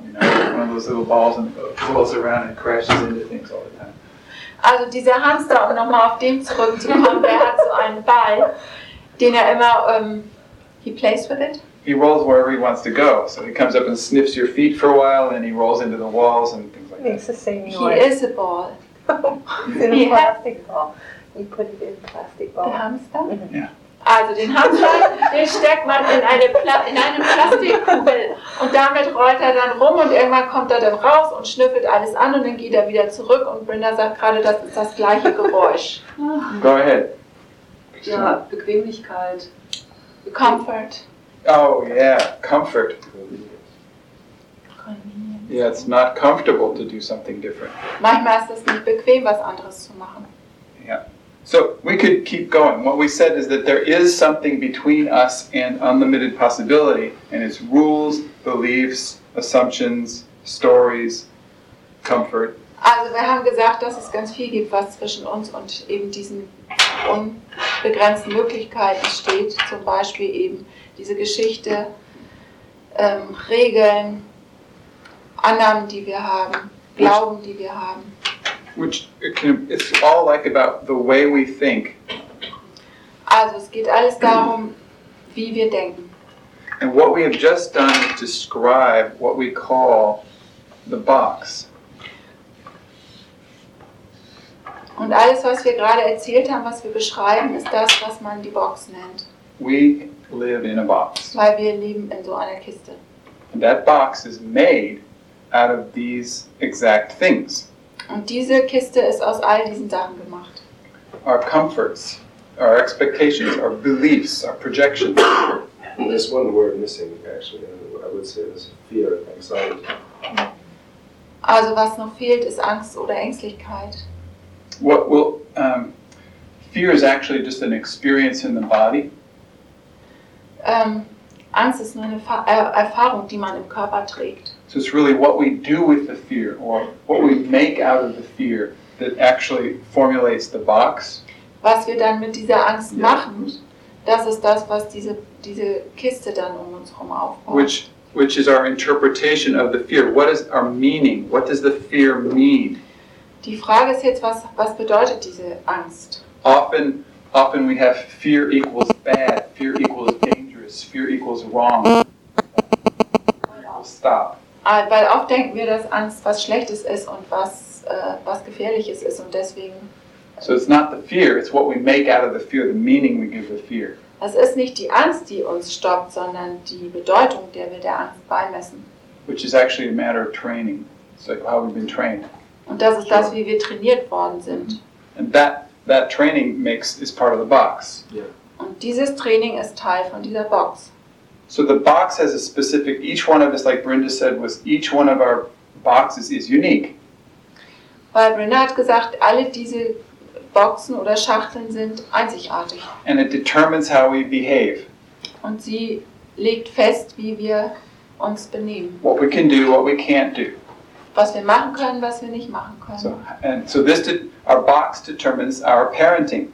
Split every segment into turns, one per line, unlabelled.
one of those little balls and it whirls around and crashes into things all the time.
Also dieser Hamster, um nochmal auf den zurückzukommen, der hat so einen Ball, den er immer, ähm, he plays with it.
He rolls wherever he wants to go. So he comes up and sniffs your feet for a while, and then he rolls into the walls and things like that.
Makes the same
He is
noise.
a ball.
in
he
a
has-
plastic ball. You put it in a plastic
Der
ball.
Hamster?
Ja.
Also den Hamster, den steckt man in eine, Pla in eine Plastikkugel und damit rollt er dann rum und irgendwann kommt er dann raus und schnüffelt alles an und dann geht er wieder zurück und Brenda sagt gerade, das ist das gleiche Geräusch.
Go ahead.
Ja, Bequemlichkeit.
Comfort.
Oh yeah, comfort. Yeah, it's not comfortable to do something different.
Manchmal ist es nicht bequem, was anderes zu machen.
So we could keep going. What we said is that there is something between us and unlimited possibility, and it's rules, beliefs, assumptions, stories, comfort.
Also wir haben gesagt, dass es ganz viel gibt, was zwischen uns und eben diesen unbegrenzten Möglichkeiten steht. Zum Beispiel eben diese Geschichte, ähm, Regeln, Annahmen, die wir haben, Glauben, die wir haben.
Which it can, it's all like about the way we think.
Also es geht alles darum, wie wir denken.
And what we have just done is describe what we call the box.
Und alles, was wir gerade erzählt haben, was wir beschreiben, ist das, was man die Box nennt.
We live in a box.
Weil wir leben in so einer Kiste.
And that box is made out of these exact things
Und diese Kiste ist aus all diesen Sachen gemacht.
our comforts, our expectations, our beliefs, our projections.
There's one word missing, actually. and I would say there's fear and anxiety.
Also was noch fehlt, ist Angst oder Ängstlichkeit.
What will um, fear is actually just an experience in the body,
Ähm, Angst ist nur eine Fa- äh, Erfahrung, die man im Körper trägt.
so it's really what we do with the fear or what we make out of the fear that actually formulates the box.
Was wir dann mit dieser Angst
Ja.
machen, das ist das, was diese, diese Kiste dann um uns herum aufbaut.
Which which is our interpretation of the fear. What is our meaning? What does the fear mean?
Die Frage ist jetzt, was, was bedeutet diese Angst?
Often often we have fear equals bad, fear equals dangerous, fear equals wrong. Stop.
Äh, Weil oft denken wir, dass Angst was Schlechtes ist und was, äh, was Gefährliches ist und deswegen,
So it's not the fear, it's what we make out of the fear, the meaning we give the fear.
es ist nicht die Angst, die uns stoppt, sondern die Bedeutung, der wir der Angst beimessen.
which is actually a matter of training. It's like how we've been trained,
Und das ist das, wie wir trainiert worden sind.
and that that training makes is part of the box.
Und dieses Training ist Teil von dieser Box.
So the box has a specific. Each one of us, like Brenda said, was each one of our boxes is unique.
Weil Brenda hat gesagt, alle diese Boxen oder Schachteln sind einzigartig.
And it determines how we behave,
Und sie legt fest, wie wir uns benehmen.
what we can do, what we can't do.
Was wir machen können, was wir nicht machen können.
So, and so this, de- our box determines our parenting,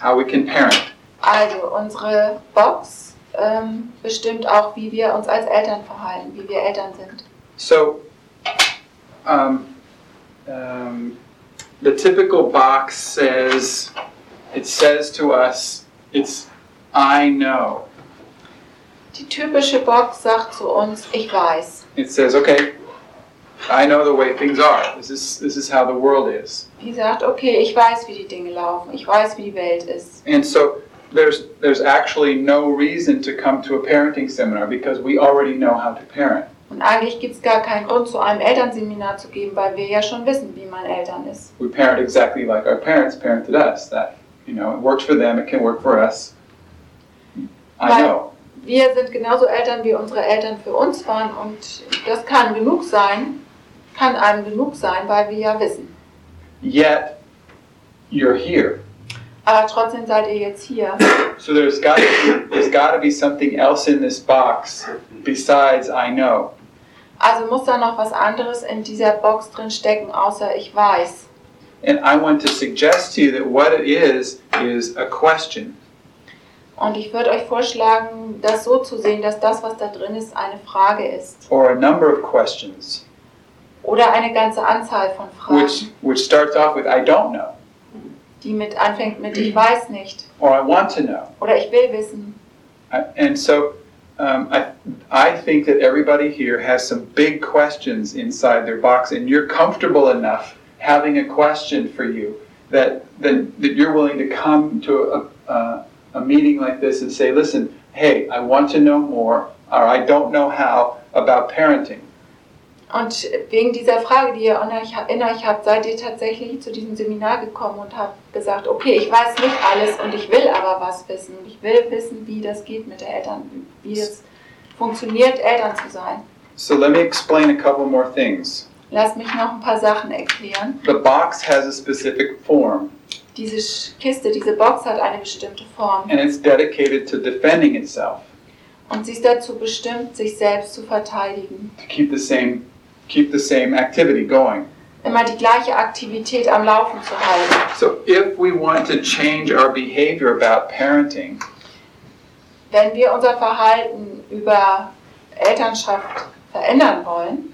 how we can parent.
Also unsere Box ähm, bestimmt auch, wie wir uns als Eltern verhalten, wie wir Eltern sind.
So, um, um, the typical box says, it says to us, it's I know.
Die typische Box sagt zu uns, ich weiß,
It says, okay, I know the way things are. This is this is how the world is.
die sagt, okay, ich weiß, wie die Dinge laufen, ich weiß, wie die Welt ist.
And so there's there's actually no reason to come to a parenting seminar because we already know how to parent.
Und eigentlich gibt es gar keinen Grund, zu einem Elternseminar zu gehen, weil wir ja schon wissen, wie man Eltern ist.
We parent exactly like our parents parented us. That you know, it worked for them, it can work for us. I
Right.
know.
Wir sind genauso Eltern, wie unsere Eltern für uns waren und das kann genug sein, kann einem genug sein, weil wir ja wissen.
yet you're here.
Aber trotzdem seid ihr jetzt hier.
So there's got to be, there's got to be something else in this box besides I know.
Also muss da noch was anderes in dieser Box drin stecken, außer ich weiß.
And I want to suggest to you that what it is is a question.
Und ich würde euch vorschlagen, das so zu sehen, dass das, was da drin ist, eine Frage ist.
Or a number of questions.
Oder eine ganze Anzahl von
which
Fragen,
which starts off with I don't know
die mit anfängt mit ich weiß nicht
or I want to know.
oder ich will wissen.
I, and so um, I, I think that everybody here has some big questions inside their box, and you're comfortable enough having a question for you that, that, that you're willing to come to a, a, a meeting like this and say, listen, hey, I want to know more, or I don't know how about parenting.
Und wegen dieser Frage, die ihr in euch, in euch habt, seid ihr tatsächlich zu diesem Seminar gekommen und habt gesagt, okay, ich weiß nicht alles und ich will aber was wissen. Und ich will wissen, wie das geht mit der Eltern, wie es funktioniert, Eltern zu sein.
So let me explain a couple more things.
Lasst mich noch ein paar Sachen erklären.
The box has a specific form,
Diese Sch- Kiste, diese Box hat eine bestimmte Form
and it's dedicated to defending itself,
und sie ist dazu bestimmt, sich selbst zu verteidigen.
to keep the same, keep the same activity going.
Immer die gleiche Aktivität am Laufen zu halten.
So if we want to change our behavior about parenting,
Wenn wir unser Verhalten über Elternschaft verändern wollen,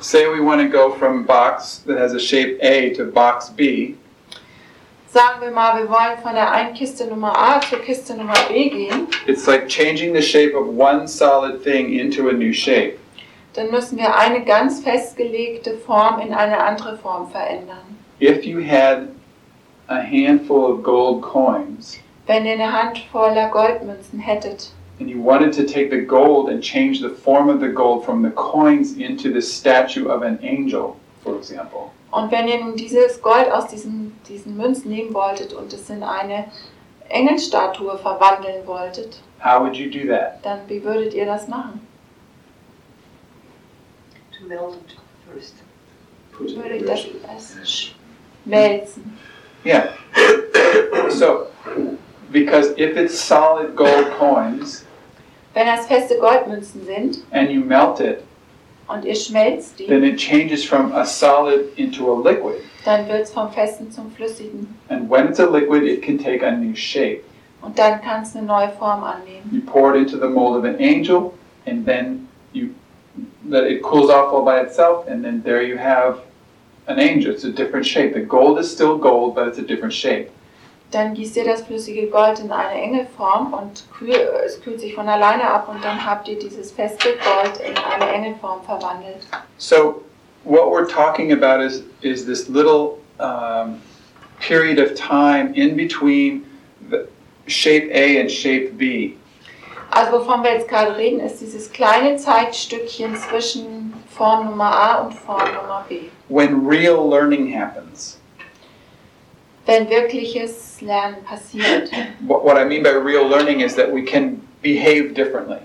say we want to go from box that has a shape A to box B,
Sagen wir mal, wir wollen von der einen Kiste Nummer A zur Kiste Nummer B gehen,
it's like changing the shape of one solid thing into a new shape.
dann müssen wir eine ganz festgelegte Form in eine andere Form verändern.
If you had a handful of gold coins
Wenn ihr eine Hand voller Goldmünzen hättet
and you wanted to take the gold and change the form of the gold from the coins into the statue of an angel, for example,
und wenn ihr nun dieses Gold aus diesen, diesen Münzen nehmen wolltet und es in eine Engelstatue verwandeln wolltet,
how would you do that?
dann wie würdet ihr das machen?
to melt it first.
Put it in
Würde
the
ich das
version.
erst schmelzen?
Yeah. So, because if it's solid gold coins
Wenn das feste Goldmünzen sind
and you melt it,
und ihr schmelzt die,
then it changes from a solid into a liquid.
dann wird es vom Festen zum Flüssigen.
And when it's a liquid, it can take a new shape.
Und dann kann es eine neue Form annehmen.
You pour it into the mold of an angel, and then you let it cools off all by itself, and then there you have an angel. It's a different shape. The gold is still gold, but it's a different shape.
Dann gießt ihr das flüssige Gold in eine Engelform und kühl, es kühlt sich von alleine ab und dann habt ihr dieses feste Gold in eine Engelform verwandelt.
So, what we're talking about is is this little um, period of time in between the shape A and shape B.
Also wovon wir jetzt gerade reden, ist dieses kleine Zeitstückchen zwischen Form Nummer A und Form Nummer B.
When real learning happens,
Wenn wirkliches Lernen passiert.
what, what I mean by real learning is that we can behave differently.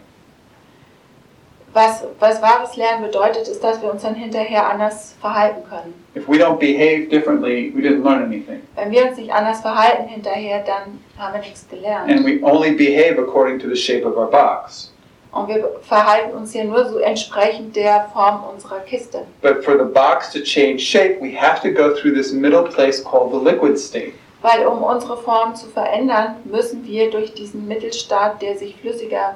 Was, was wahres Lernen bedeutet, ist, dass wir uns dann hinterher anders verhalten können.
If we don't behave differently, we didn't learn anything,
Wenn wir uns nicht anders verhalten hinterher, dann haben wir nichts gelernt.
and we only behave according to the shape of our box.
Und wir verhalten uns ja nur so entsprechend der Form unserer Kiste.
But for the box to change shape, we have to go through this middle place called the liquid state.
Weil um unsere Form zu verändern, müssen wir durch diesen Mittelstaat, der sich flüssiger,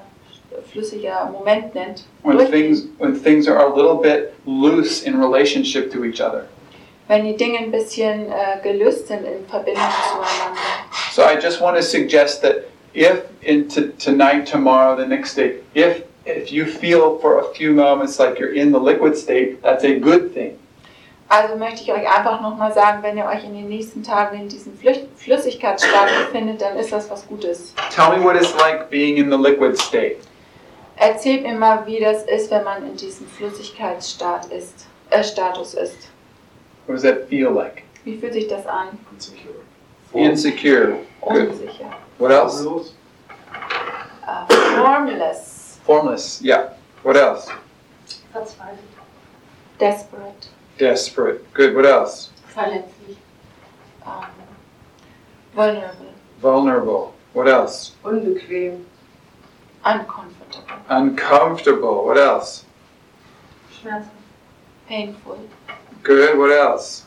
flüssiger Moment nennt,
when
durch,
things when things are a little bit loose in relationship to each other.
wenn die Dinge ein bisschen äh, gelöst sind in Verbindung zueinander.
So I just want to suggest that if in t- tonight, tomorrow, the next day, if if you feel for a few moments like you're in the liquid state, that's a good thing.
Also möchte ich euch einfach nochmal sagen, wenn ihr euch in den nächsten Tagen in diesem Flüch- Flüssigkeitsstaat befindet, dann ist das was Gutes.
Tell me what it's like being in the liquid state.
Erzählt mir mal, wie das ist, wenn man in diesem Flüssigkeitsstaat ist, äh, Status ist.
What does that feel like?
Wie fühlt sich das an?
Insecure.
Insecure. Good.
Unsicher.
What else?
Rules?
Ah, formless,
Formless. Yeah. What else?
Verzweifelt.
desperate,
Desperate. Good. What else?
Verletzlich.
ähm, vulnerable,
Vulnerable. What else?
Unbequem.
uncomfortable,
Uncomfortable. What else?
Schmerzen.
painful,
Good. What else?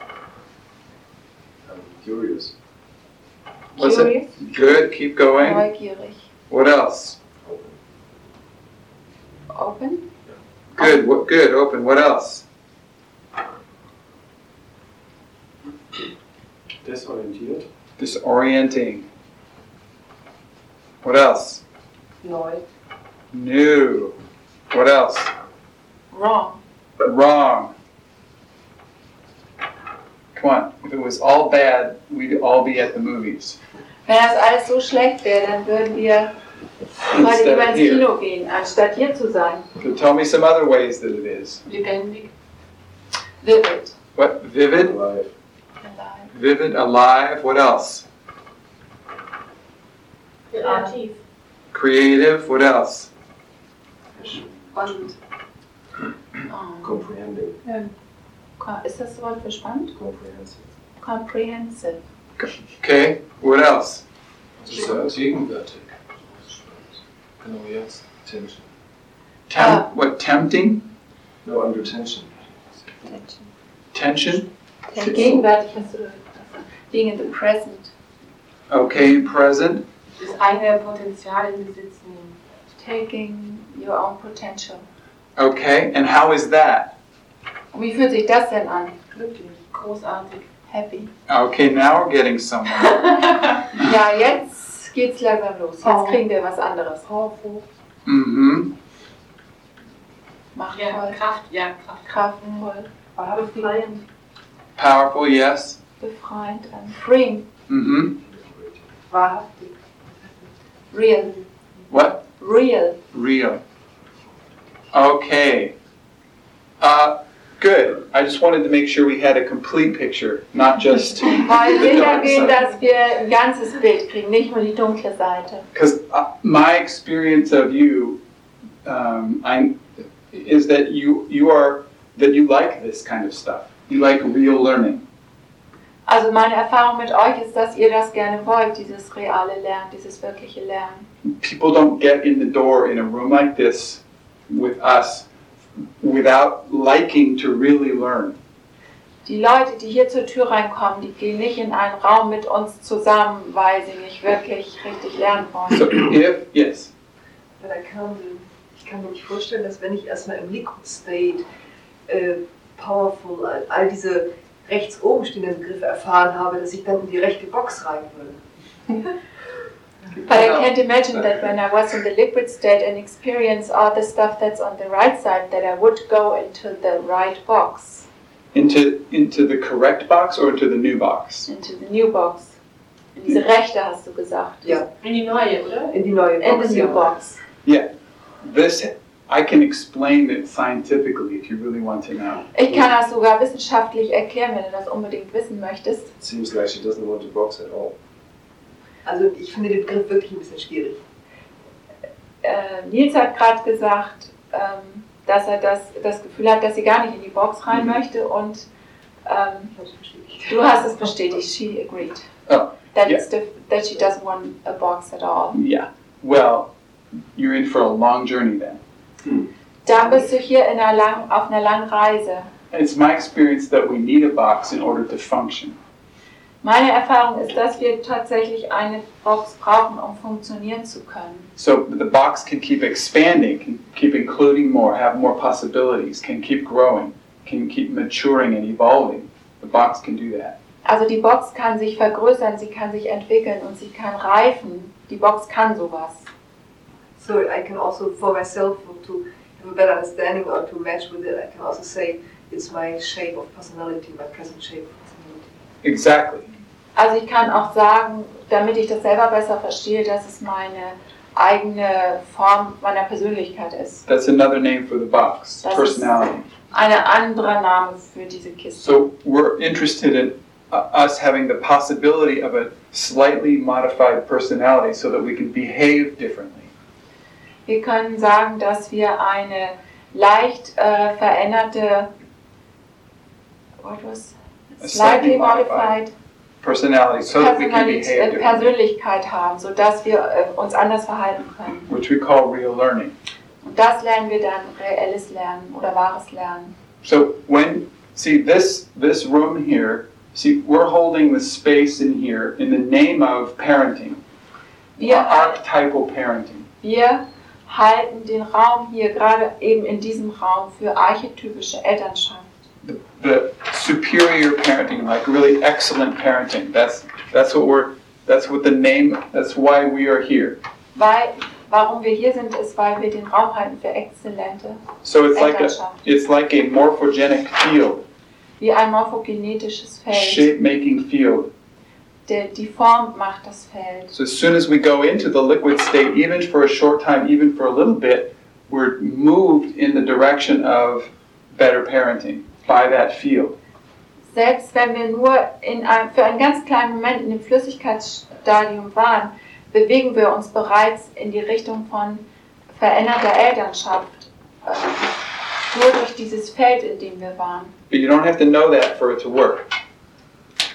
I'm curious.
What's it?
Curious.
Good, keep going.
neugierig,
What else?
Open.
open,
Good, what good, open, what else?
Desorientiert.
Disorienting. What else?
Neu.
New. What else?
Wrong.
Wrong. Come on. If it was all bad, we'd all be at the movies.
Wenn das alles so schlecht wäre, dann würden wir heute
Instead
lieber
of
ins
here.
Kino gehen, anstatt hier zu sein.
So tell me some other ways that it is.
Lebendig. Vivid.
What? Vivid?
Life.
Alive.
Vivid, alive. What else?
Kreativ.
Creative. What else?
Spannend. Oh,
Comprehending.
ko- ist das Wort für spannend?
Comprehensive.
Comprehensive.
Okay. What else?
Das ist ja gegenwärtig. Genau jetzt.
Tension.
Temp-
Ah.
What? Tempting?
No, under tension.
Tension?
Gegenwärtig hast du Being in the present.
Okay. Present.
Das eigene Potenzial in Besitz nehmen.
Taking your own potential.
Okay. And how is that?
Und wie fühlt sich das denn an?
Glücklich. Großartig.
Happy.
Okay. Now we're getting somewhere.
Ja, jetzt geht's langsam los. Jetzt
Oh.
kriegen wir was anderes.
Powerful.
Mm-hmm.
Macht
Ja,
voll,
Kraft. Ja, Kraft.
kraftvoll,
Befreiend.
Powerful. Yes.
befreiend, ähm, and freeing,
Mm-hmm.
Wahrhaftig.
real,
What?
real.
real. Okay. Uh, good. I just wanted to make sure we had a complete picture, not just
Weil
the
sicher
dark
gehen,
side.
dass wir ein ganzes Bild kriegen, nicht nur die dunkle Seite.
Because uh, my experience of you, um, I'm, is that you you are that you like this kind of stuff. You like real learning.
Also meine Erfahrung mit euch ist, dass ihr das gerne wollt, dieses reale Lernen, dieses wirkliche Lernen.
People don't get in the door in a room like this with us without liking to really learn.
Die Leute, die hier zur Tür reinkommen, die gehen nicht in einen Raum mit uns zusammen, weil sie nicht wirklich richtig lernen wollen.
So if yes,
Bei der Kernbildung. Ich kann mir nicht vorstellen, dass wenn ich erstmal im Liquid State, äh, Powerful, all, all diese rechts oben stehenden Begriffe erfahren habe, dass ich dann in die rechte Box rein würde.
But I can't imagine that when I was in the liquid state and experienced all the stuff that's on the right side, that I would go into the right box,
into into the correct box or into the new box.
into the new box. In diese rechte hast du gesagt.
Ja.
In die neue, oder?
In die neue Box.
In the new
ja.
box.
This, I can explain it scientifically if you really want to know.
Ich kann das sogar wissenschaftlich erklären, wenn du das unbedingt wissen möchtest.
It seems like she doesn't want to box at all.
Also ich finde den Begriff wirklich ein bisschen schwierig.
Äh, Nils hat gerade gesagt, ähm, dass er das, das Gefühl hat, dass sie gar nicht in die Box
Mhm.
rein möchte und ähm,
Ich habe es bestätigt.
du hast es bestätigt. She agreed.
Oh,
That,
ja.
it's diff- that she doesn't want a box at all.
Yeah. Well, you're in for a long journey then.
Dann bist du hier in einer lang, auf einer langen Reise.
It's my experience that we need a box in order to function.
Meine Erfahrung ist, dass wir tatsächlich eine Box brauchen, um funktionieren zu können.
So the box can keep expanding, can keep including more, have more possibilities, can keep growing, can keep maturing and evolving. The box can do that.
Also die Box kann sich vergrößern, sie kann sich entwickeln und sie kann reifen. Die Box kann sowas.
So I can also for myself or to have a better understanding or to match with it, I can also say it's my shape of personality, my present shape of personality.
Exactly.
Also ich kann auch sagen, damit ich das selber besser verstehe, dass es meine eigene Form meiner Persönlichkeit ist.
That's another name for the box,
That's-
personality.
Ein anderer Name für diese Kiste.
So we're interested in uh, us having the possibility of a slightly modified personality so that we can behave differently.
Wir können sagen, dass wir eine leicht äh, veränderte, what was,
A
slightly
slightly modified
modified
personality uh, so that we can
Personalit-
behave
äh,
differently,
Persönlichkeit haben, sodass wir äh, uns anders verhalten können.
which we call real learning.
Und das lernen wir dann, reelles Lernen oder wahres Lernen.
So when see this this room here, see we're holding the space in here in the name of parenting,
Wir,
archetypal parenting.
wir halten den Raum hier, gerade eben in diesem Raum, für archetypische Elternschaft.
the, the superior parenting, like really excellent parenting. That's that's what we're that's what the name. That's why we are here.
Weil, warum wir hier sind, ist, weil wir den Raum halten für exzellente
So it's like a
Elternschaft.
it's like a morphogenic field,
Wie ein morphogenetisches Feld.
shape making field.
Der, die Form macht das Feld.
So as soon as we go into the liquid state, even for a short time, even for a little bit, we're moved in the direction of better parenting by that field.
Selbst wenn wir nur in einem, für einen ganz kleinen Moment in dem Flüssigkeitsstadium waren, bewegen wir uns bereits in die Richtung von veränderter Elternschaft. äh, Nur durch dieses Feld, in dem wir waren.
But you don't have to know that for it to work.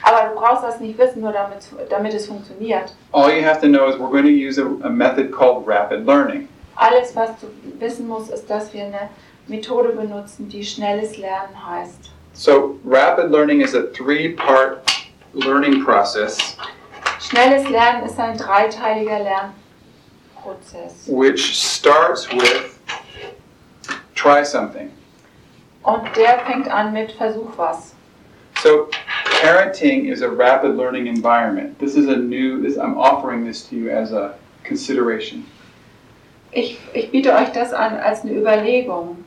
Aber du brauchst das nicht wissen, nur damit, damit es funktioniert.
All you have to know is we're going to use a, a method called rapid learning.
Alles, was du wissen musst, ist, dass wir eine Methode benutzen, die schnelles Lernen heißt.
So rapid learning is a three-part learning process
Schnelles Lernen ist ein dreiteiliger Lernprozess.
which starts with try something.
Und der fängt an mit Versuch was.
So, parenting is a rapid learning environment. This is a new. This I'm offering this to you as a consideration.
Ich, ich biete euch das an als eine Überlegung.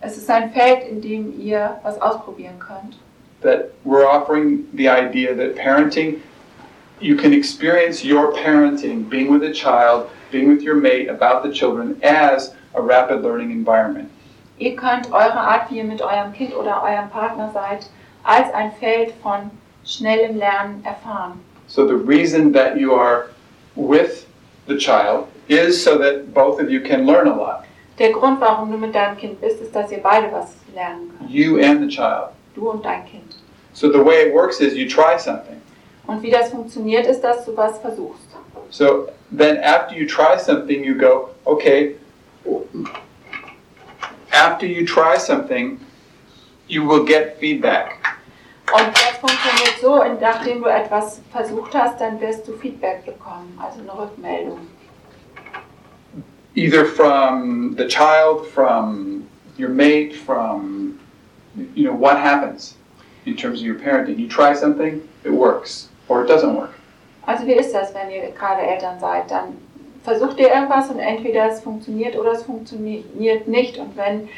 Es ist ein Feld, in dem ihr was ausprobieren könnt.
That we're offering the idea that parenting, you can experience your parenting, being with a child, being with your mate, about the children, as a rapid learning environment.
Ihr könnt eure Art, wie ihr mit eurem Kind oder eurem Partner seid, als ein Feld von schnellem Lernen erfahren.
So the reason that you are with the child is so that both of you can learn a lot,
Der Grund, warum du mit deinem Kind bist, ist, dass ihr beide was lernen könnt.
you and the child.
Du und dein Kind.
So the way it works is you try something.
Und wie das funktioniert, ist, dass du was versuchst.
So then after you try something, you go, okay, after you try something, you will get feedback.
Und das funktioniert so, und nachdem du etwas versucht hast, dann wirst du Feedback bekommen, also eine Rückmeldung.
Either from the child, from your mate, from, you know, what happens in terms of your parenting. You try something, it works, or it doesn't work.
Also wie ist das, wenn ihr gerade Eltern seid? Dann versucht ihr irgendwas und entweder es funktioniert oder es funktioniert nicht. Und wenn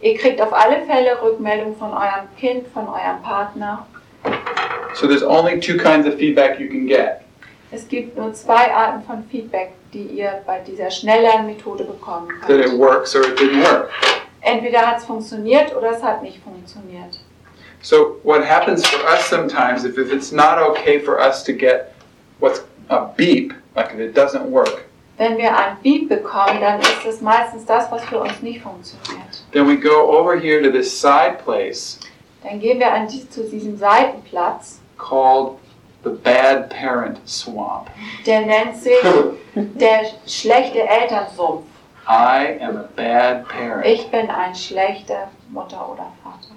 ihr kriegt auf alle Fälle Rückmeldung von eurem Kind, von eurem Partner.
So there's only two kinds of feedback you can get.
Es gibt nur zwei Arten von Feedback, die ihr bei dieser schnelleren Methode bekommen
That it
könnt.
works or it didn't work.
Entweder hat es funktioniert oder es hat nicht funktioniert.
So what happens for us sometimes if, if it's not okay for us to get what's a beep, like if it doesn't work,
Wenn wir ein Beep bekommen, dann ist es meistens das, was für uns nicht funktioniert.
then we go over here to this side place
Dann gehen wir an dies, zu diesem Seitenplatz,
called the bad parent swamp.
der nennt sich der schlechte Elternsumpf.
I am a bad parent.
Ich bin ein schlechter Mutter oder Vater.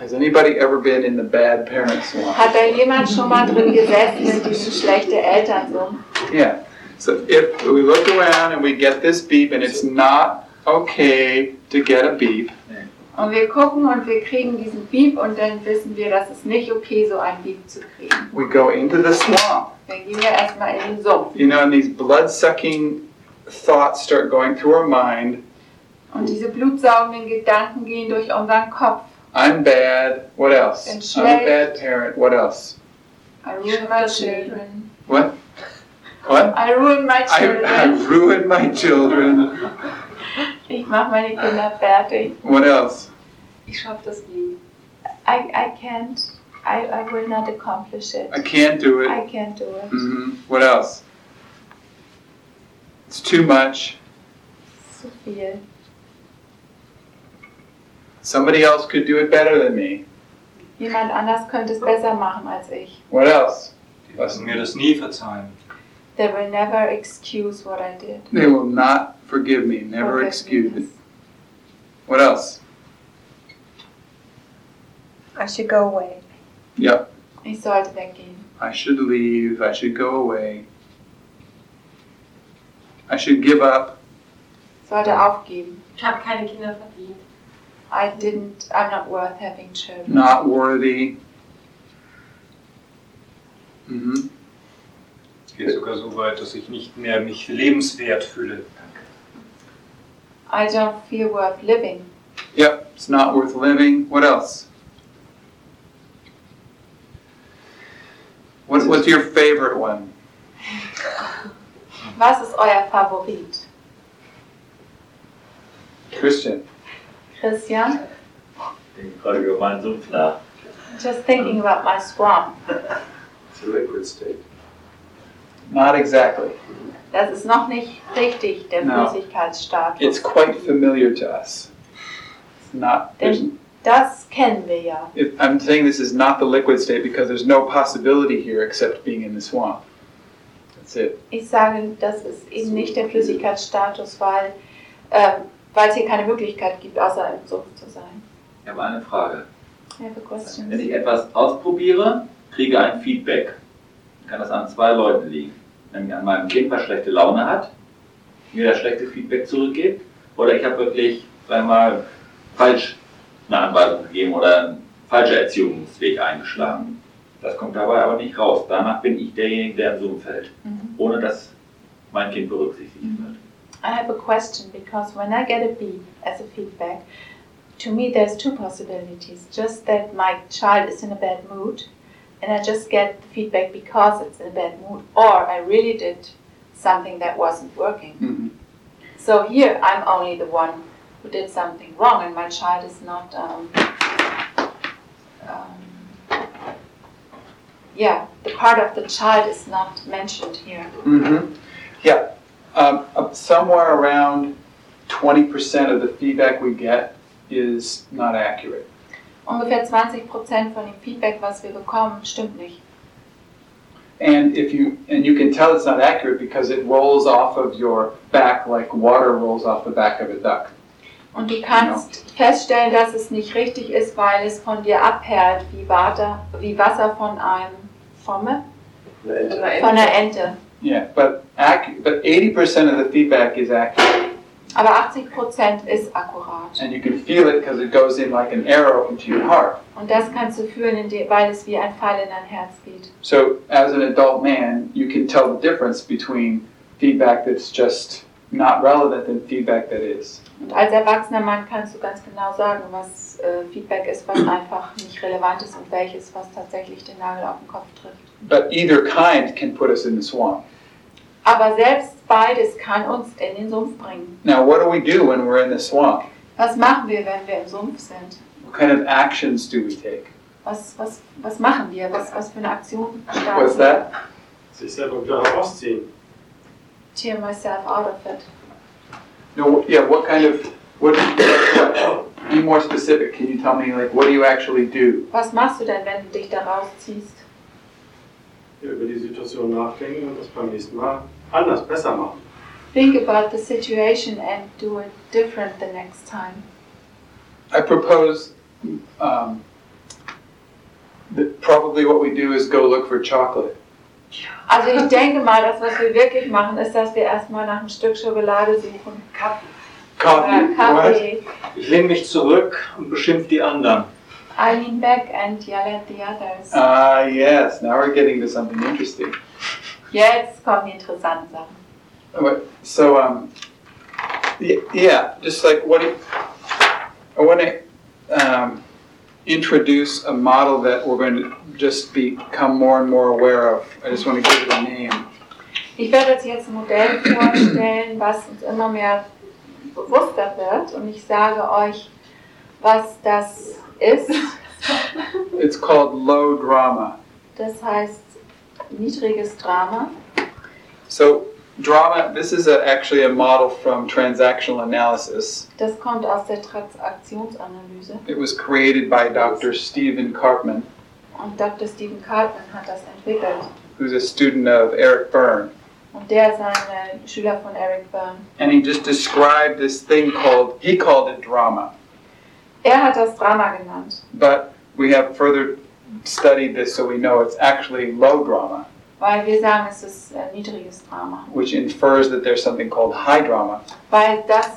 Has anybody ever been in the bad parent swamp?
Hat da jemand schon mal drin gesessen in diesem schlechte Elternsumpf?
Yeah. So if we look around and we get this beep and it's not okay to get a beep,
Und wir gucken und wir kriegen diesen Beep und dann wissen wir, dass es nicht okay so ein Beep zu kriegen.
we go into the swamp.
Dann gehen wir erstmal in den Sumpf.
You know, and these blood sucking thoughts start going through our mind.
Und diese blutsaugenden Gedanken gehen durch unseren Kopf.
I'm bad. What else?
And
I'm a
she-
bad parent. What else?
I ruin my children.
What? What?
I ruin
I,
my
I
children.
ruined my children.
Ich mache meine Kinder fertig.
What else?
Ich schaffe das nie.
I, I can't. I, I will not accomplish it.
I can't do it.
I can't do it.
hmm What else? It's too much.
Zu viel.
Somebody else could do it better than me.
Jemand anders könnte es besser machen als ich.
What else?
Die lassen mir das nie verzeihen.
They will never excuse what I did.
They will not forgive me. Never
Forgive
excuse
me.
me. What else?
I should go away.
Yep.
Ich sollte weggehen.
I should leave. I should go away. I should give up.
Sollte aufgeben.
Ich habe keine Kinder verdient.
I didn't, I'm not worth having children.
not worthy. Mhm.
Es geht sogar so weit, dass ich nicht mehr mich lebenswert fühle.
I don't feel worth living.
Yep, it's not worth living. What else? What, what's your favorite one?
Was ist euer Favorit?
Christian.
Christian?
denke gerade über meinen Sumpf nach.
Just thinking about my swamp.
It's a liquid state.
Not exactly.
Das ist noch nicht richtig, der
No. It's
Flüssigkeitsstatus.
quite familiar to us. It's not. there's-
Das kennen wir ja.
If, I'm saying this is not the liquid state because there's no possibility here except being in the swamp. That's it.
Ich sage, das ist eben nicht der Flüssigkeitsstatus, weil, ähm, weil es hier keine Möglichkeit gibt, außer im Sumpf zu sein.
Ich habe eine Frage.
I have a question.
Wenn ich etwas ausprobiere, kriege ein Feedback. Dann kann das an zwei Leuten liegen. Nämlich an meinem Kind, was schlechte Laune hat, mir das schlechte Feedback zurückgibt. Oder ich habe wirklich, sagen wir mal, falsch eine Anweisung gegeben oder einen falschen Erziehungsweg eingeschlagen. Das kommt dabei aber nicht raus. Danach bin ich derjenige, der im Sumpf fällt.
Mhm.
Ohne dass mein Kind berücksichtigt wird.
I have a question because when I get a B as a feedback, to me there's two possibilities. Just that my child is in a bad mood and I just get the feedback because it's in a bad mood, or I really did something that wasn't working.
hmm
So here I'm only the one who did something wrong and my child is not, um, um, yeah, the part of the child is not mentioned here.
hmm Yeah. Um, uh, somewhere around 20% of the feedback we get is not accurate.
Ungefähr 20 Prozent von dem Feedback, was wir bekommen, stimmt nicht.
And if you and you can tell it's not accurate because it rolls off of your back like water rolls off the back of a duck.
Und du kannst feststellen, dass es nicht richtig ist, weil es von dir abperlt, wie, Water, wie Wasser von einem Fromme,
Eine Ente.
von einer Ente.
Yeah, but ac- but 80% of the feedback is accurate,
Aber 80 Prozent ist akkurat.
and you can feel it because it goes in like an arrow into your heart.
Und das kannst du fühlen, inde- weil es wie ein Pfeil in dein Herz geht.
So as an adult man, you can tell the difference between feedback that's just not relevant and feedback that is.
Und als erwachsener Mann kannst du ganz genau sagen, was äh, Feedback ist, was einfach nicht relevant ist und welches, was tatsächlich den Nagel auf den Kopf trifft.
But either kind can put us in the swamp.
Aber selbst beides kann uns in den Sumpf bringen.
Now, what do we do when we're in the swamp?
Was machen wir, wenn wir im Sumpf sind?
What kind of actions do we take?
Was, was, was machen wir? Was, was für eine Aktion
What's
starten wir?
that?
Sich selber wieder herausziehen.
Tear myself out of it.
No, yeah. What kind of what? what- Be more specific. Can you tell me like what do you actually do?
Was machst du denn, wenn du dich da rausziehst?
Ja, über die Situation nachdenken und das beim nächsten Mal anders, besser machen.
Think about the situation and do it different the next time.
I propose um, that probably what we do is go look for chocolate.
Also ich denke mal, das, was wir wirklich machen, ist, dass wir erstmal nach einem Stück Schokolade suchen.
Kaffee.
Coffee.
Oder Kaffee.
Ich lehne mich zurück und beschimpfe die anderen.
I lean back and yell at the others.
Ah, yes. Now we're getting to something interesting.
Jetzt kommen die interessanten Sachen.
What- So um, y- yeah, just like what do you- I want to um, introduce a model that we're going to just become more and more aware of. I just want to give it a name.
Ich werde uns jetzt ein Modell vorstellen, was uns immer mehr bewusster wird. Und ich sage euch, was das ist.
It's called low drama.
Das heißt niedriges Drama.
So drama. This is a, actually a model from transactional analysis.
Das kommt aus der Transaktionsanalyse.
It was created by Dr. Stephen Karpman,
Und Dr. Stephen Cartman hat das entwickelt.
who's a student of Eric Byrne,
Und der ist ein äh, Schüler von Eric Byrne.
and he just described this thing called he called it drama.
Er hat das Drama genannt,
But we have further studied this, so we know it's actually low drama,
weil wir sagen, es ist äh, niedriges Drama.
which infers that there's something called high drama.
Weil das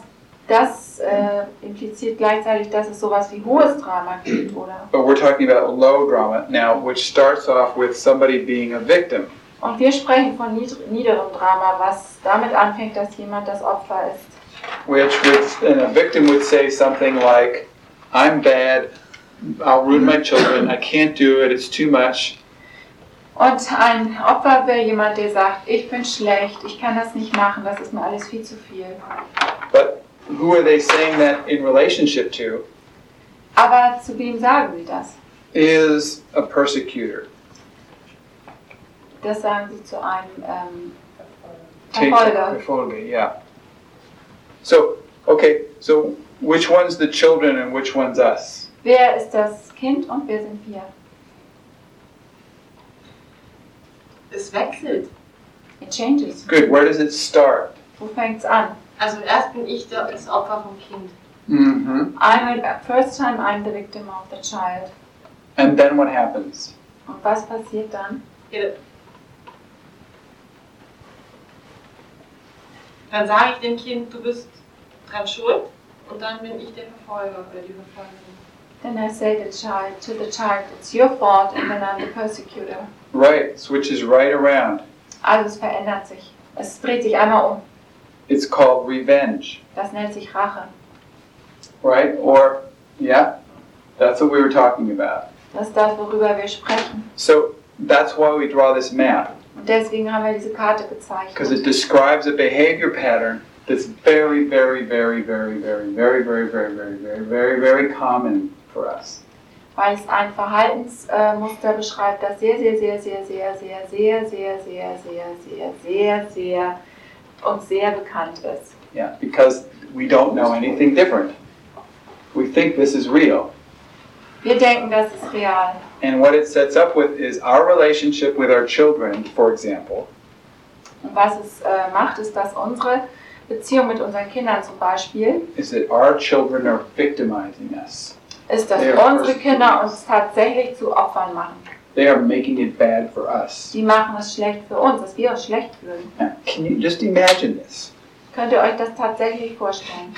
das äh, impliziert gleichzeitig, dass es sowas wie hohes Drama gibt, oder?
But we're talking about low drama now, which starts off with somebody being a victim.
Und wir sprechen von niedr- niederem Drama, was damit anfängt, dass jemand das Opfer ist.
which would and a victim would say something like, "I'm bad. I'll ruin my children. I can't do it. It's too much."
Und ein Opfer wäre jemand, der sagt, ich bin schlecht, ich kann das nicht machen, das ist mir alles viel zu viel.
But who are they saying that in relationship to?
Aber zu wem sagen sie das?
Is a persecutor,
Das sagen sie zu einem ähm,
Take-
Verfolger.
Verfolger, Yeah. So okay, so which one's the children and which one's us?
Wer ist das Kind und wer sind wir?
Es wechselt.
It changes.
Good. Where does it start?
Wo fängt's an?
Also erst bin ich da- das Opfer vom Kind.
Mm-hmm.
I'm a, first time I'm the victim of the child.
And then what happens?
Und was passiert dann?
Dann sage ich dem Kind, du bist dran schuld und dann bin ich der Verfolger oder die Verfolgerin.
Then I say the child to the child, it's your fault, and then I'm the persecutor.
Right. Switches right around.
Also es verändert sich. Es dreht sich einmal um.
It's called revenge.
Das nennt sich Rache.
right? Or, yeah, that's what we were talking about.
Das ist das, worüber wir sprechen.
So that's why we draw this map,
Und deswegen haben wir diese Karte
because it
gezeichnet.
describes a behavior pattern that's very, very, very, very, very, very, very, very, very, very, very, very common for us.
Weil es ein Verhaltensmuster beschreibt, das sehr, sehr, sehr, sehr, sehr, sehr, sehr, sehr, sehr, sehr, sehr, sehr, sehr und sehr bekannt ist.
Yeah, because we don't know anything different. We think this is real.
Wir denken, das ist real.
And what it sets up with is our relationship with our children, for example,
Und was es äh, macht, ist, dass unsere Beziehung mit unseren Kindern zum Beispiel
is that our children are victimizing us.
ist, dass
Ja,
unsere
das-
Kinder uns tatsächlich zu Opfern machen.
They are making it bad for us.
Die machen es schlecht für uns, dass wir uns schlecht fühlen.
Now, can you just imagine this?
Könnt ihr euch das tatsächlich vorstellen?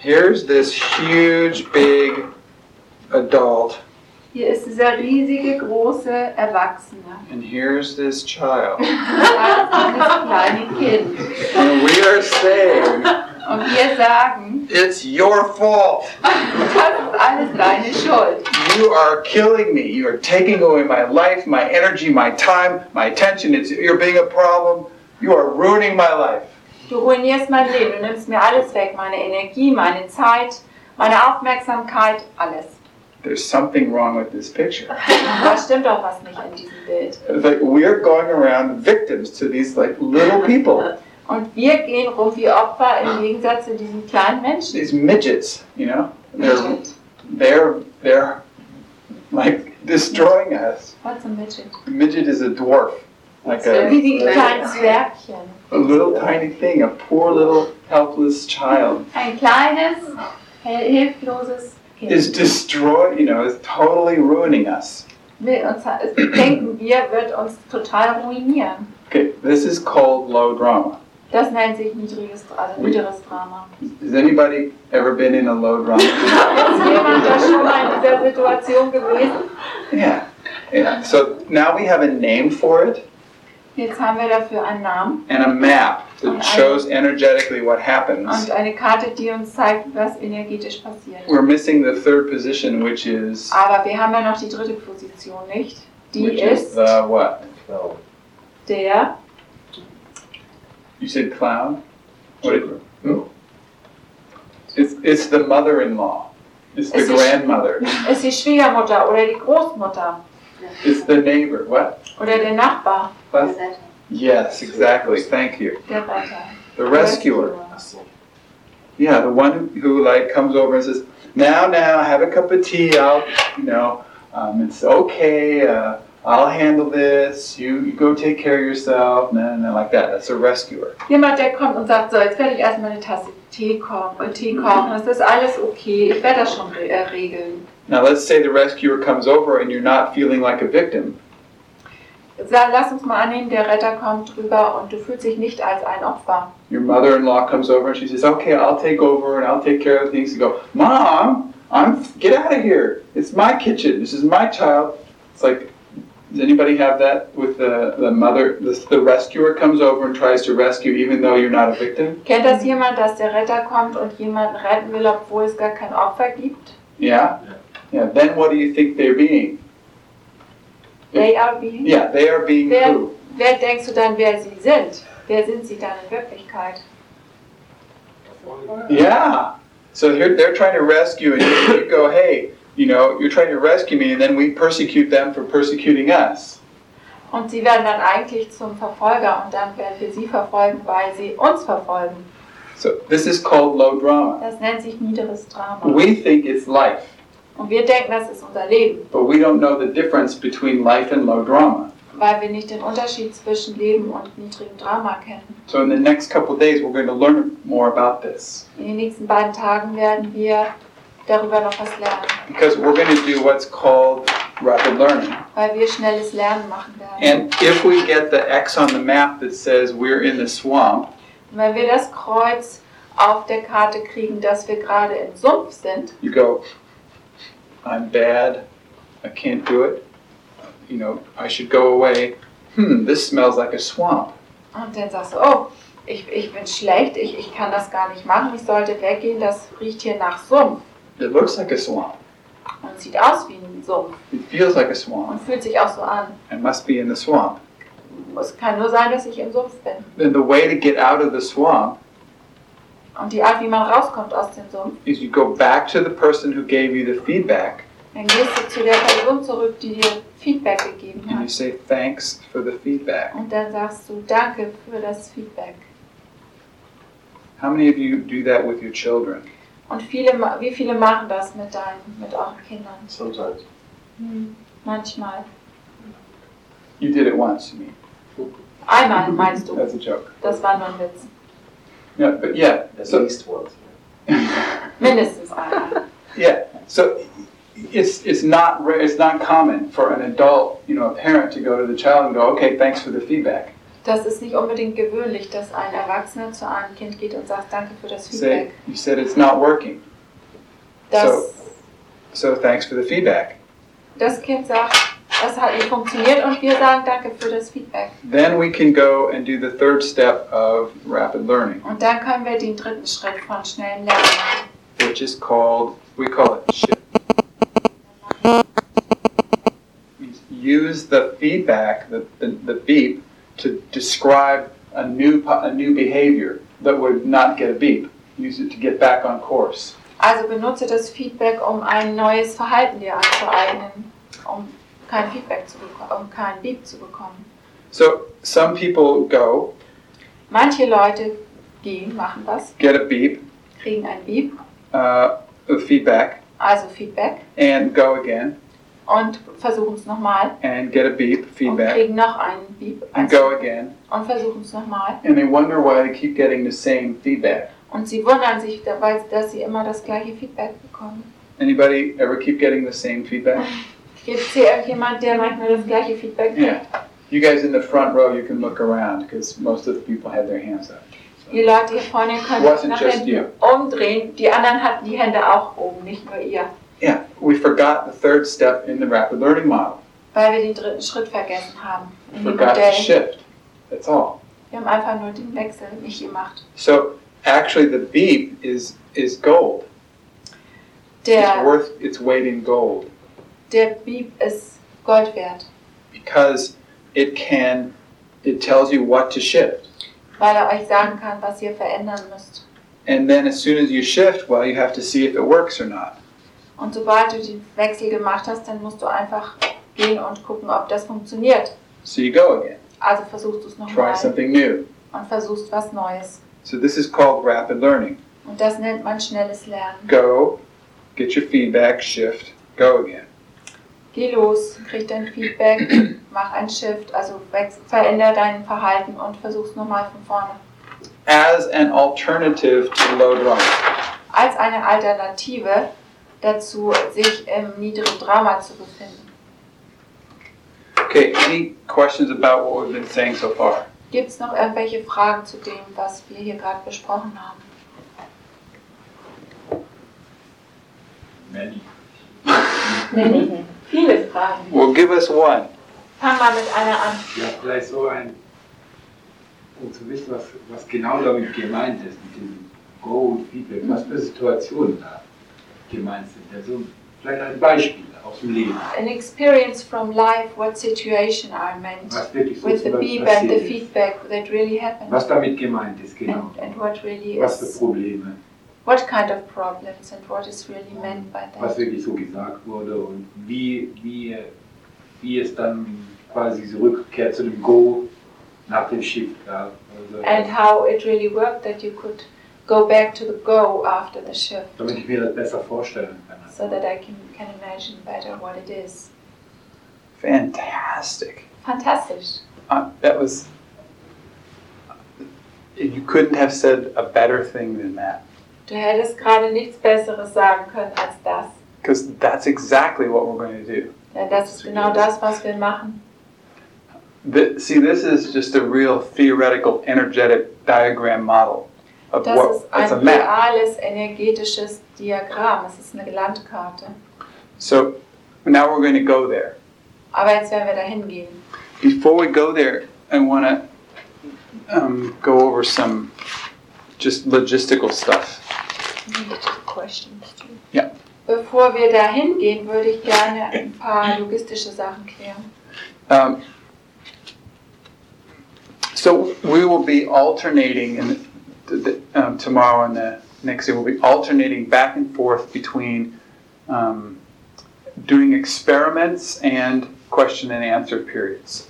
Here's this huge, big adult,
Hier ist dieser riesige, große Erwachsene.
and here's this child.
Das kleine Kind.
And we are saying,
Und wir sagen,
It's your fault.
das ist alles deine Schuld.
You are killing me. You are taking away my life, my energy, my time, my attention. It's, you're being a problem. You are ruining my life.
Du ruinierst mein Leben, du nimmst mir alles weg, meine Energie, meine Zeit, meine Aufmerksamkeit, alles.
There's something wrong with this picture.
Da stimmt doch was nicht in diesem Bild.
It's like we're going around victims to these like little people,
Und wir gehen rum wie Opfer im Gegensatz zu diesen kleinen Menschen.
these midgets, you know? They're they're they're like destroying us.
What's a midget?
A midget is a dwarf, like
Wie
a,
die kleinen Zwergchen.
a little tiny thing, a poor little helpless child
Ein kleines, hel- hilfloses
is
Kind.
destroyed. You know, is totally ruining us.
Will uns, denken wir, wird uns total ruinieren.
Okay, this is called low drama.
Das nennt sich niedriges, also niederes Drama.
Has anybody ever been in a low drama?
Ist jemand da schon mal in dieser Situation gewesen?
yeah, yeah. So now we have a name for it
Jetzt haben wir dafür einen Namen
and a map that shows energetically what happens.
und eine Karte, die uns zeigt, was energetisch passiert.
We're missing the third position, which is
Aber wir haben ja noch die dritte Position nicht. Die
which
ist
is the what?
No.
der
You said clown. What is-
Joker.
It's, it's the mother-in-law. It's the
Is it-
grandmother.
ist die Schwiegermutter oder die Großmutter
It's the neighbor. What?
oder der Nachbar,
What? Yes, exactly. Thank you.
der Retter.
The rescuer. Yeah, the one who like comes over and says, "Now, now, have a cup of tea. I'll, you know, um, it's okay. Uh, I'll handle this. You, you go take care of yourself." No, no, no, like that. That's a rescuer.
Jemand, der kommt und sagt, so, jetzt werde ich erstmal eine Tasse Tee kochen, äh, Tee kochen. Es ist alles okay, ich werde das schon re äh, regeln.
Now, let's say the rescuer comes over and you're not feeling like a victim.
Sa- Lass uns mal annehmen, der Retter kommt drüber und du fühlst dich nicht als ein Opfer.
Your mother in law comes over and she says, Okay, I'll take over and I'll take care of things. You go, Mom, I'm get out of here. It's my kitchen. This is my child. It's like, does anybody have that with the, the mother? The, the rescuer comes over and tries to rescue even though you're not a victim?
Kennt das jemand, dass der Retter kommt und jemanden retten will, obwohl es gar kein Opfer gibt?
Yeah? Yeah, then what do you think they're being?
They are being.
Yeah, they are being
Wer,
who?
wer denkst du dann, wer sie sind? Wer sind sie dann in Wirklichkeit?
Yeah. So here they're trying to rescue, and you, you go, hey, you know, you're trying to rescue me, and then we persecute them for persecuting us.
Und sie werden dann eigentlich zum Verfolger und dann werden wir sie verfolgen, weil sie uns verfolgen.
So this is called low drama.
Das nennt sich niederes Drama.
We think it's life,
Und wir denken, das ist unser Leben,
but we don't know the difference between life and low drama.
weil wir nicht den Unterschied zwischen Leben und niedrigem Drama kennen.
So in the next couple of days, we're going to learn more about this
In den nächsten beiden Tagen werden wir darüber noch was lernen,
because we're going to do what's called rapid learning.
weil wir schnelles Lernen machen werden.
And if we get the X on the map that says we're in the swamp,
Und wenn wir das Kreuz auf der Karte kriegen, dass wir gerade im Sumpf sind,
you go, I'm bad, I can't do it, you know, I should go away. Hmm, this smells like a swamp.
Und dann sagst du, oh, ich, ich bin schlecht, ich, ich kann das gar nicht machen, ich sollte weggehen, das riecht hier nach Sumpf
It looks like a swamp.
und sieht aus wie ein Sumpf
It feels like a
und
swamp.
fühlt sich auch so an.
I must be in the swamp.
Es kann nur sein, dass ich im Sumpf bin.
Then the way to get out of the swamp
Und die Art, wie man rauskommt aus dem Sumpf,
is you go back to the person who gave you the feedback
dann gehst du zu der Person zurück, die dir Feedback gegeben
and you
hat.
say thanks for the feedback.
Und dann sagst du, danke für das Feedback.
How many of you do that with your children?
Und viele, ma- wie viele machen das mit deinen, mit euren Kindern?
Sometimes.
Manchmal.
You did it once, you mean.
Einmal meinst du,
That's a joke.
das war nur ein Witz.
Yeah, but yeah.
At
So
least once.
Mindestens einmal.
Yeah. So it's it's not rare, it's not common for an adult, you know, a parent to go to the child and go, okay, thanks for the feedback.
Das ist nicht unbedingt gewöhnlich, dass ein Erwachsener zu einem Kind geht und sagt, danke für das
Say
Feedback.
you said it's not working,
Das,
so thanks for the feedback.
das Kind sagt, das hat nicht funktioniert und wir sagen, danke für das Feedback.
Then we can go and do the third step of rapid learning,
Und dann können wir den dritten Schritt von schnellem Lernen machen.
which is called we call it shift. Means Use the feedback, the, the, the beep, to describe a new po- a new behavior that would not get a beep. Use it to get back on course.
Also benutze das Feedback, um ein neues Verhalten dir anzueignen, um kein Feedback zu bekommen, um keinen Beep zu bekommen.
So some people go
Manche Leute gehen, machen was,
get a beep,
kriegen ein Beep,
uh, of feedback,
also Feedback,
and go again,
und versuchen es nochmal
and get a beep,
und
feedback,
kriegen noch einen Beep
and go again,
und versuchen es nochmal.
and they wonder why they keep getting the same feedback.
Und sie wundern sich dabei, dass sie immer das gleiche Feedback bekommen.
Anybody ever keep getting the same feedback?
Gibt es hier irgendjemand, der manchmal das gleiche Feedback kriegt?
Yeah. You guys in the front row, you can look around because most of the people had their hands up.
Die Leute hier vorne können sich
Wasn't
nach
just
hinten umdrehen. Die anderen hatten die Hände auch oben, nicht nur ihr.
Yeah, we forgot the third step in the rapid learning model.
Weil wir den dritten Schritt vergessen haben. In dem
Forgot to
Modell.
shift. That's all.
Wir haben einfach nur den Wechsel nicht gemacht.
So actually, the beep is is gold. It's
Der,
worth its weight in gold.
der Beep ist Gold wert,
because it can it tells you what to shift
weil er euch sagen kann, was ihr verändern müsst.
and then as soon as you shift well you have to see if it works or not
Und sobald du den Wechsel gemacht hast, dann musst du einfach gehen und gucken, ob das funktioniert.
so you go again
Also versuchst du es
try
nochmal.
something new
und versuchst was Neues.
so this is called rapid learning
Und das nennt man schnelles Lernen.
go get your feedback shift go again
Geh los, krieg dein Feedback, mach ein Shift, also wechsel, veränder dein Verhalten und versuch's nochmal von vorne.
as an alternative to low drama
Als eine Alternative dazu, sich im niedrigen Drama zu befinden.
Okay, any questions about what we've been saying so far?
Gibt es noch irgendwelche Fragen zu dem, was wir hier gerade besprochen haben?
Mandy.
Viele Fragen.
Well, give us one.
Fang mal mit einer an.
Ja, vielleicht so ein, um zu wissen, was, was genau damit gemeint ist, mit dem Go und Feedback, was für Situationen da gemeint sind. Also vielleicht ein Beispiel aus dem Leben,
An experience from life, what situation I meant
was wirklich so
with the
zum Beispiel
beep and the
passiert ist,
feedback that really happened
was damit gemeint ist, genau.
and what really
Was für
is,
Probleme,
what kind of problems and what is really meant by
was
that.
wirklich so gesagt wurde und wie, wie, wie es dann quasi diese Rückkehr zu dem Go nach dem Shift gab. Also,
And how it really worked that you could go back to the go after the shift
damit ich mir das besser vorstellen kann.
so that I can, can imagine better what it is.
Fantastic.
Fantastisch.
Uh, that was. You couldn't have said a better thing than that
Du hättest gerade nichts Besseres sagen können als das.
because that's exactly what we're going to do.
Denn das ist genau das, was wir machen.
Th- see, this is just a real theoretical, energetic diagram model of
Das
what.
ist
it's a
ein
map.
reales energetisches Diagramm. Es ist eine Landkarte.
So now we're going to go there.
Aber jetzt werden wir da hingehen.
Before we go there, I want to um, go over some just logistical stuff. Ja.
Bevor wir da hingehen, würde ich gerne ein paar logistische Sachen klären.
Um, so we will be alternating in the, the, um, tomorrow and the next day. We'll be alternating back and forth between um, doing experiments and question and answer periods.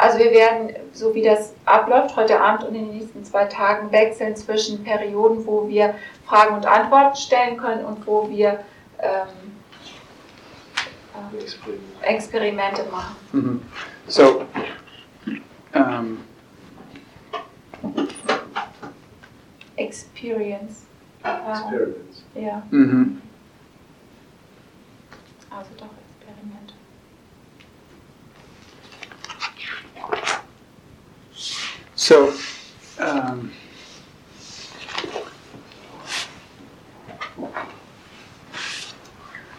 Also wir werden, so wie das abläuft, heute Abend und in den nächsten zwei Tagen wechseln zwischen Perioden, wo wir Fragen und Antworten stellen können und wo wir ähm, ähm, Experimente machen.
Mhm. So, um,
Experience. Ja,
Experiments.
ja
mhm.
also doch Experimente.
so um,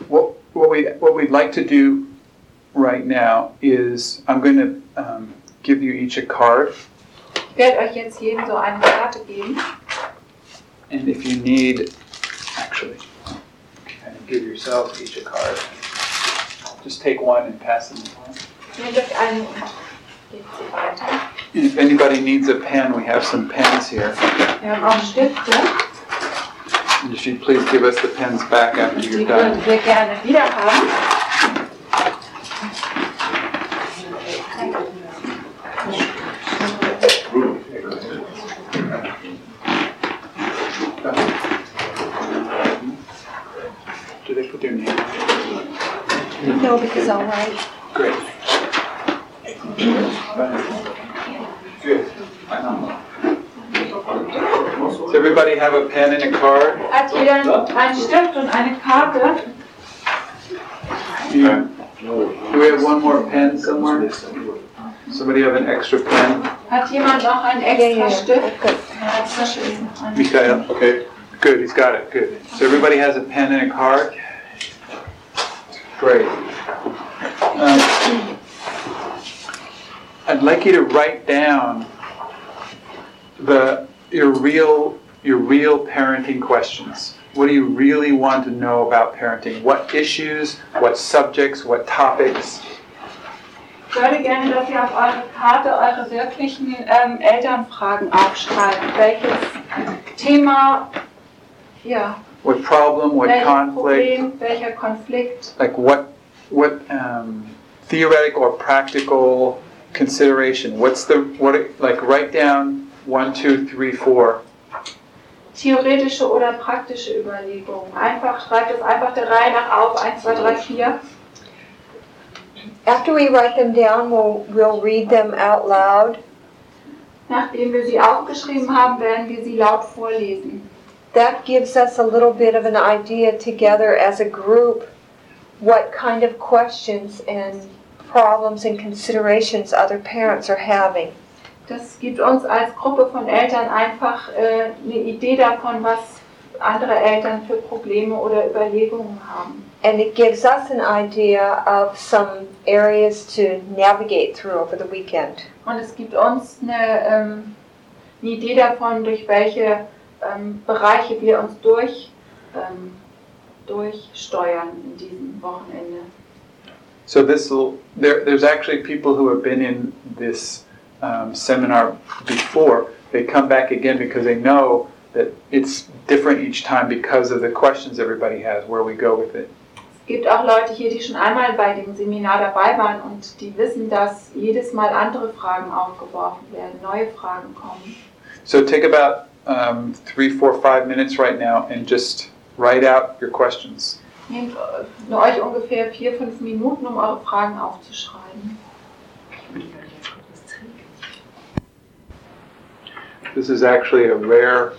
what, what, we, what we'd like to do right now is I'm going to um, give you each a card,
Ich werde euch jetzt jedem so eine Karte geben.
and if you need, actually,
And give yourselves each a card.
just take one and pass it along.
Nehmt euch einen und gebt sie weiter.
And if anybody needs a pen, we have some pens here.
Wir haben auch Stifte.
And if you please give us the pens back after
Die
you're done.
würden wir gerne wieder haben.
Do they put their name on it?
No, because I'll write.
Great. Does everybody have a pen and a card?
Hat jeder einen Stift und eine Karte?
Do you- do we have one more pen somewhere? Somebody have an extra pen?
Hat jemand noch einen extra Stift?
Mikhail? Okay. Good, he's got it, good. So everybody has a pen and a card? Great. Um, I'd like you to write down the, your real, your real parenting questions. What do you really want to know about parenting? What issues, what subjects, what topics?
Ich würde gerne, dass ihr auf eure Karte eure wirklichen ähm, Elternfragen aufschreibt. Welches Thema, ja,
What problem, what
welches
conflict?
Problem, welcher Konflikt?
like what what um, theoretical or practical consideration what's the what it- like write down one two three four
theoretische oder praktische Überlegungen. Einfach, schreibt es einfach der Reihe nach auf, 1, 2, 3, 4.
After we write them down, we'll, we'll read them out loud.
Nachdem wir sie aufgeschrieben haben, werden wir sie laut vorlesen.
That gives us a little bit of an idea together as a group what kind of questions and problems and considerations other parents are having.
Das gibt uns als Gruppe von Eltern einfach äh, eine Idee davon, was andere Eltern für Probleme oder Überlegungen haben.
And it gives us an idea of some areas to navigate through over the weekend.
Und es gibt uns eine, ähm, eine Idee davon, durch welche ähm, Bereiche wir uns durch, ähm, durchsteuern in diesem Wochenende.
So this will there, there's actually people who have been in this um, seminar before. They come back again because they know that it's different each time because of the questions everybody has, where we go with it.
Es gibt auch Leute hier, die schon einmal bei dem Seminar dabei waren und die wissen, dass jedes Mal andere Fragen aufgeworfen werden, neue Fragen kommen.
So take about um, three, four, five minutes right now and just write out your questions.
Nehmt äh, euch ungefähr vier, fünf Minuten, um eure Fragen aufzuschreiben.
This is actually a rare,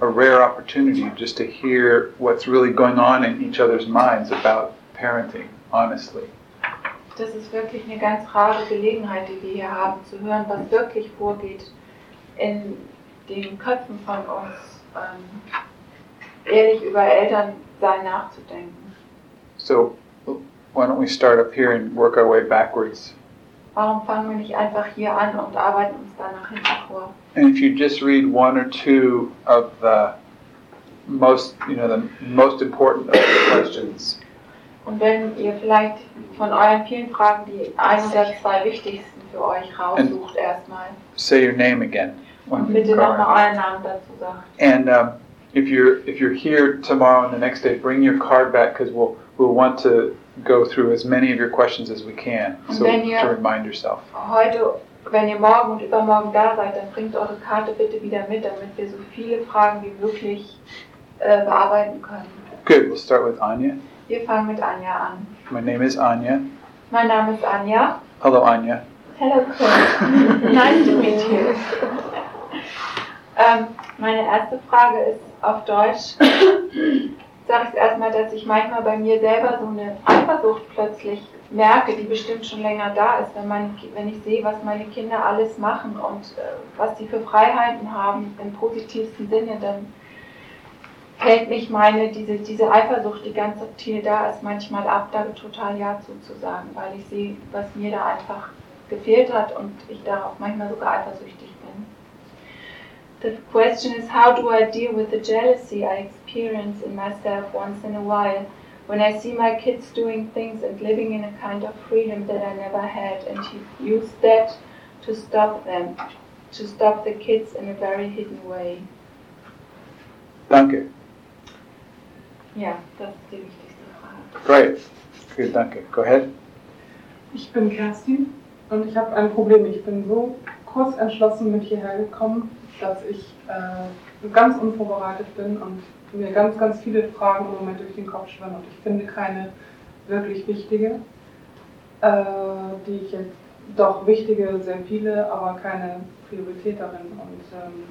a rare opportunity just to hear what's really going on in each other's minds about parenting. Honestly,
Das ist wirklich eine ganz rare Gelegenheit, die wir hier haben, zu hören, was wirklich vorgeht in den Köpfen von uns, ähm, ehrlich über Elternsein nachzudenken.
so why don't we start up here and work our way backwards?
Warum fangen wir nicht einfach hier an und arbeiten uns dann nach hinten vor?
And if you just read one or two of the most, you know, the most important of the questions,
Und wenn ihr vielleicht von euren vielen Fragen die ein oder zwei wichtigsten für euch raussucht erstmal
say your name again. when
und
you
bitte
go
nochmal
around.
euren Namen dazu sagt.
And um, if you're if you're here tomorrow and the next day, bring your card back because we'll we'll want to go through as many of your questions as we can, so
Then you-
to remind yourself.
Heute, wenn ihr morgen und übermorgen da seid, dann bringt eure Karte bitte wieder mit, damit wir so viele Fragen wie möglich äh, bearbeiten können.
Good. We'll start with Anya.
Wir fangen mit Anja an.
My name is Anya.
Mein Name ist Anja.
Hello, Anya.
Hello, Chris. nice to meet you. ähm, meine erste Frage ist auf Deutsch. Sag ich erstmal, dass ich manchmal bei mir selber so eine Eifersucht plötzlich merke, die bestimmt schon länger da ist, wenn, man, wenn ich sehe, was meine Kinder alles machen und äh, was sie für Freiheiten haben im positivsten Sinne, dann fällt mich meine, diese, diese Eifersucht, die ganz subtil da ist, manchmal ab, da total Ja zuzusagen, weil ich sehe, was mir da einfach gefehlt hat und ich darauf manchmal sogar eifersüchtig bin. The question is how do I deal with the jealousy I experience in myself once in a while when I see my kids doing things and living in a kind of freedom that I never had and use that to stop them, to stop the kids in a very hidden way.
Danke.
Ja, das ist die wichtigste Frage.
Great. Good. Danke. Go ahead.
Ich bin Kerstin und ich habe ein Problem. Ich bin so kurz entschlossen mit hierher gekommen, dass ich äh, ganz unvorbereitet bin und mir ganz, ganz viele Fragen im Moment durch den Kopf schwirren und ich finde keine wirklich wichtige, äh, die ich jetzt doch wichtige, sehr viele, aber keine Priorität darin. Und ähm,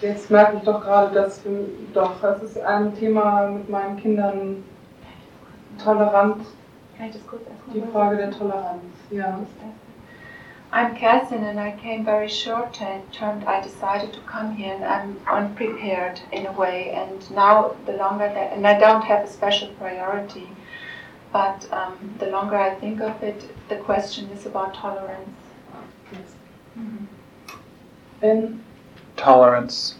jetzt merke ich doch gerade, dass wir, doch, es ist ein Thema mit meinen Kindern tolerant
Kann ich das kurz erstmal
Die
sagen?
Frage der Toleranz, ja.
I'm Kerstin and I came very short term. I decided to come here and I'm unprepared in a way. And now the longer that, and I don't have a special priority, but um, the longer I think of it, the question is about tolerance. Mm-hmm.
Wenn
Tolerance.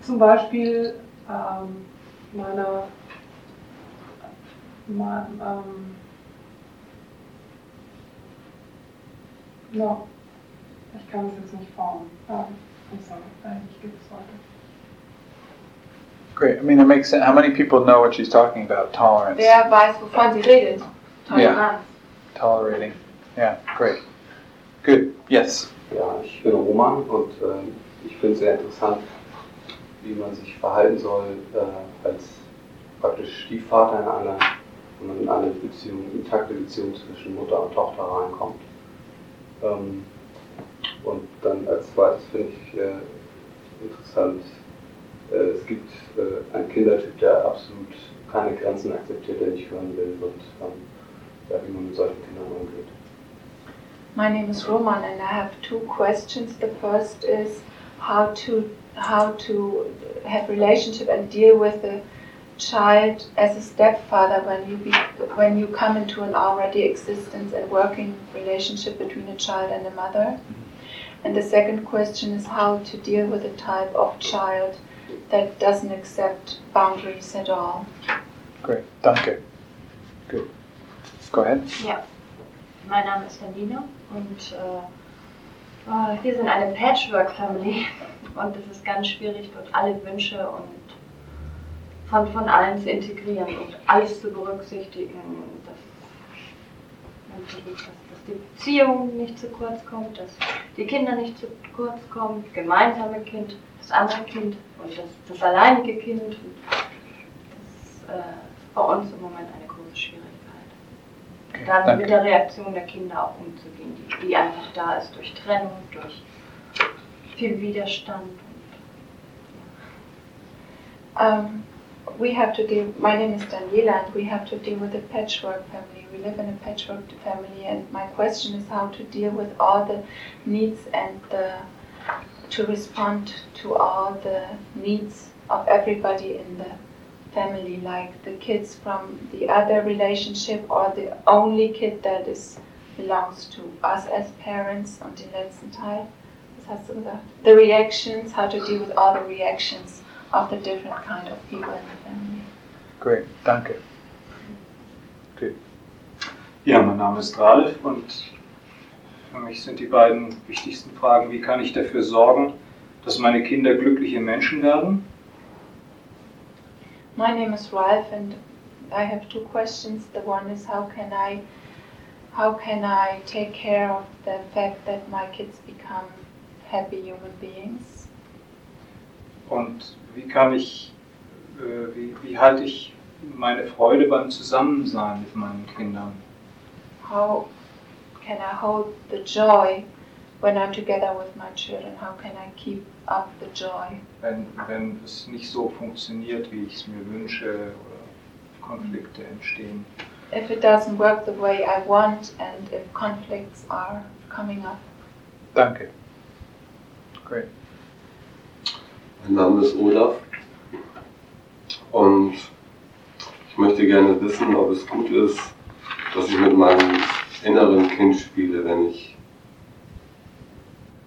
zum Beispiel ähm, meiner, mein, ähm, ja, ich kann es jetzt nicht formen. Ja, I'm sorry, eigentlich gibt es heute.
Great. I mean, it makes sense. How many people know what she's talking about? Tolerance.
Wer weiß, wovon sie redet? Toleranz.
Tolerating. Yeah. Great. Good. Yes.
Ja, ich bin Roman und ähm, ich finde es sehr interessant, wie man sich verhalten soll äh, als praktisch Stiefvater in einer, wenn man in eine Beziehung, intakte Beziehung zwischen Mutter und Tochter reinkommt. Ähm, und dann als zweites finde ich äh, interessant, äh, es gibt äh, einen Kindertyp, der absolut
keine Grenzen akzeptiert, der nicht hören will und ähm, ja, wie man mit solchen Kindern umgeht.
My name is Roman, and I have two questions. The first is how to how to have relationship and deal with a child as a stepfather when you be, when you come into an already existence and working relationship between a child and a mother. And the second question is how to deal with a type of child that doesn't accept boundaries at all.
Great, danke. Good. Go ahead.
Ja, mein Name ist Janina und äh, äh, wir sind eine Patchwork-Family und es ist ganz schwierig, dort alle Wünsche und von, von allen zu integrieren und alles zu berücksichtigen, dass, man versucht, dass, dass die Beziehung nicht zu kurz kommt, dass die Kinder nicht zu kurz kommen, das gemeinsame Kind, das andere Kind und das, das alleinige Kind. Und das äh, ist bei uns im Moment eine große Schwierigkeit dann
danke.
mit der Reaktion der Kinder auch umzugehen, die, die einfach da ist durch Trennung, durch viel Widerstand.
Um, we have to deal. My name is Daniela, and we have to deal with a patchwork family. We live in a patchwork family, and my question is how to deal with all the needs and the, to respond to all the needs of everybody in the family, like the kids from the other relationship or the only kid that is belongs to us as parents. Und den letzten Teil, was hast du gesagt? The reactions, how to deal with all the reactions of the different kind of people in the family.
Great, danke.
Ja, mein Name ist Ralf und für mich sind die beiden wichtigsten Fragen, wie kann ich dafür sorgen, dass meine Kinder glückliche Menschen werden?
My name is Ralph, and I have two questions. The one is how can I, how can I take care of the fact that my kids become happy human beings,
Und wie kann ich, äh, wie, wie halte ich meine Freude beim Zusammensein mit meinen Kindern?
how can I hold the joy when I'm together with my children? How can I keep up the joy?
wenn, wenn es nicht so funktioniert, wie ich es mir wünsche oder Konflikte entstehen.
If it doesn't work the way I want, and if conflicts are coming up.
Danke. Great.
Mein Name ist Olaf und ich möchte gerne wissen, ob es gut ist, dass ich mit meinem inneren Kind spiele, wenn ich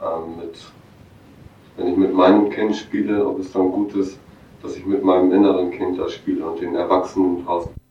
ähm, mit wenn ich mit meinem Kind spiele, ob es dann gut ist, dass ich mit meinem inneren Kind da spiele und den Erwachsenen draußen.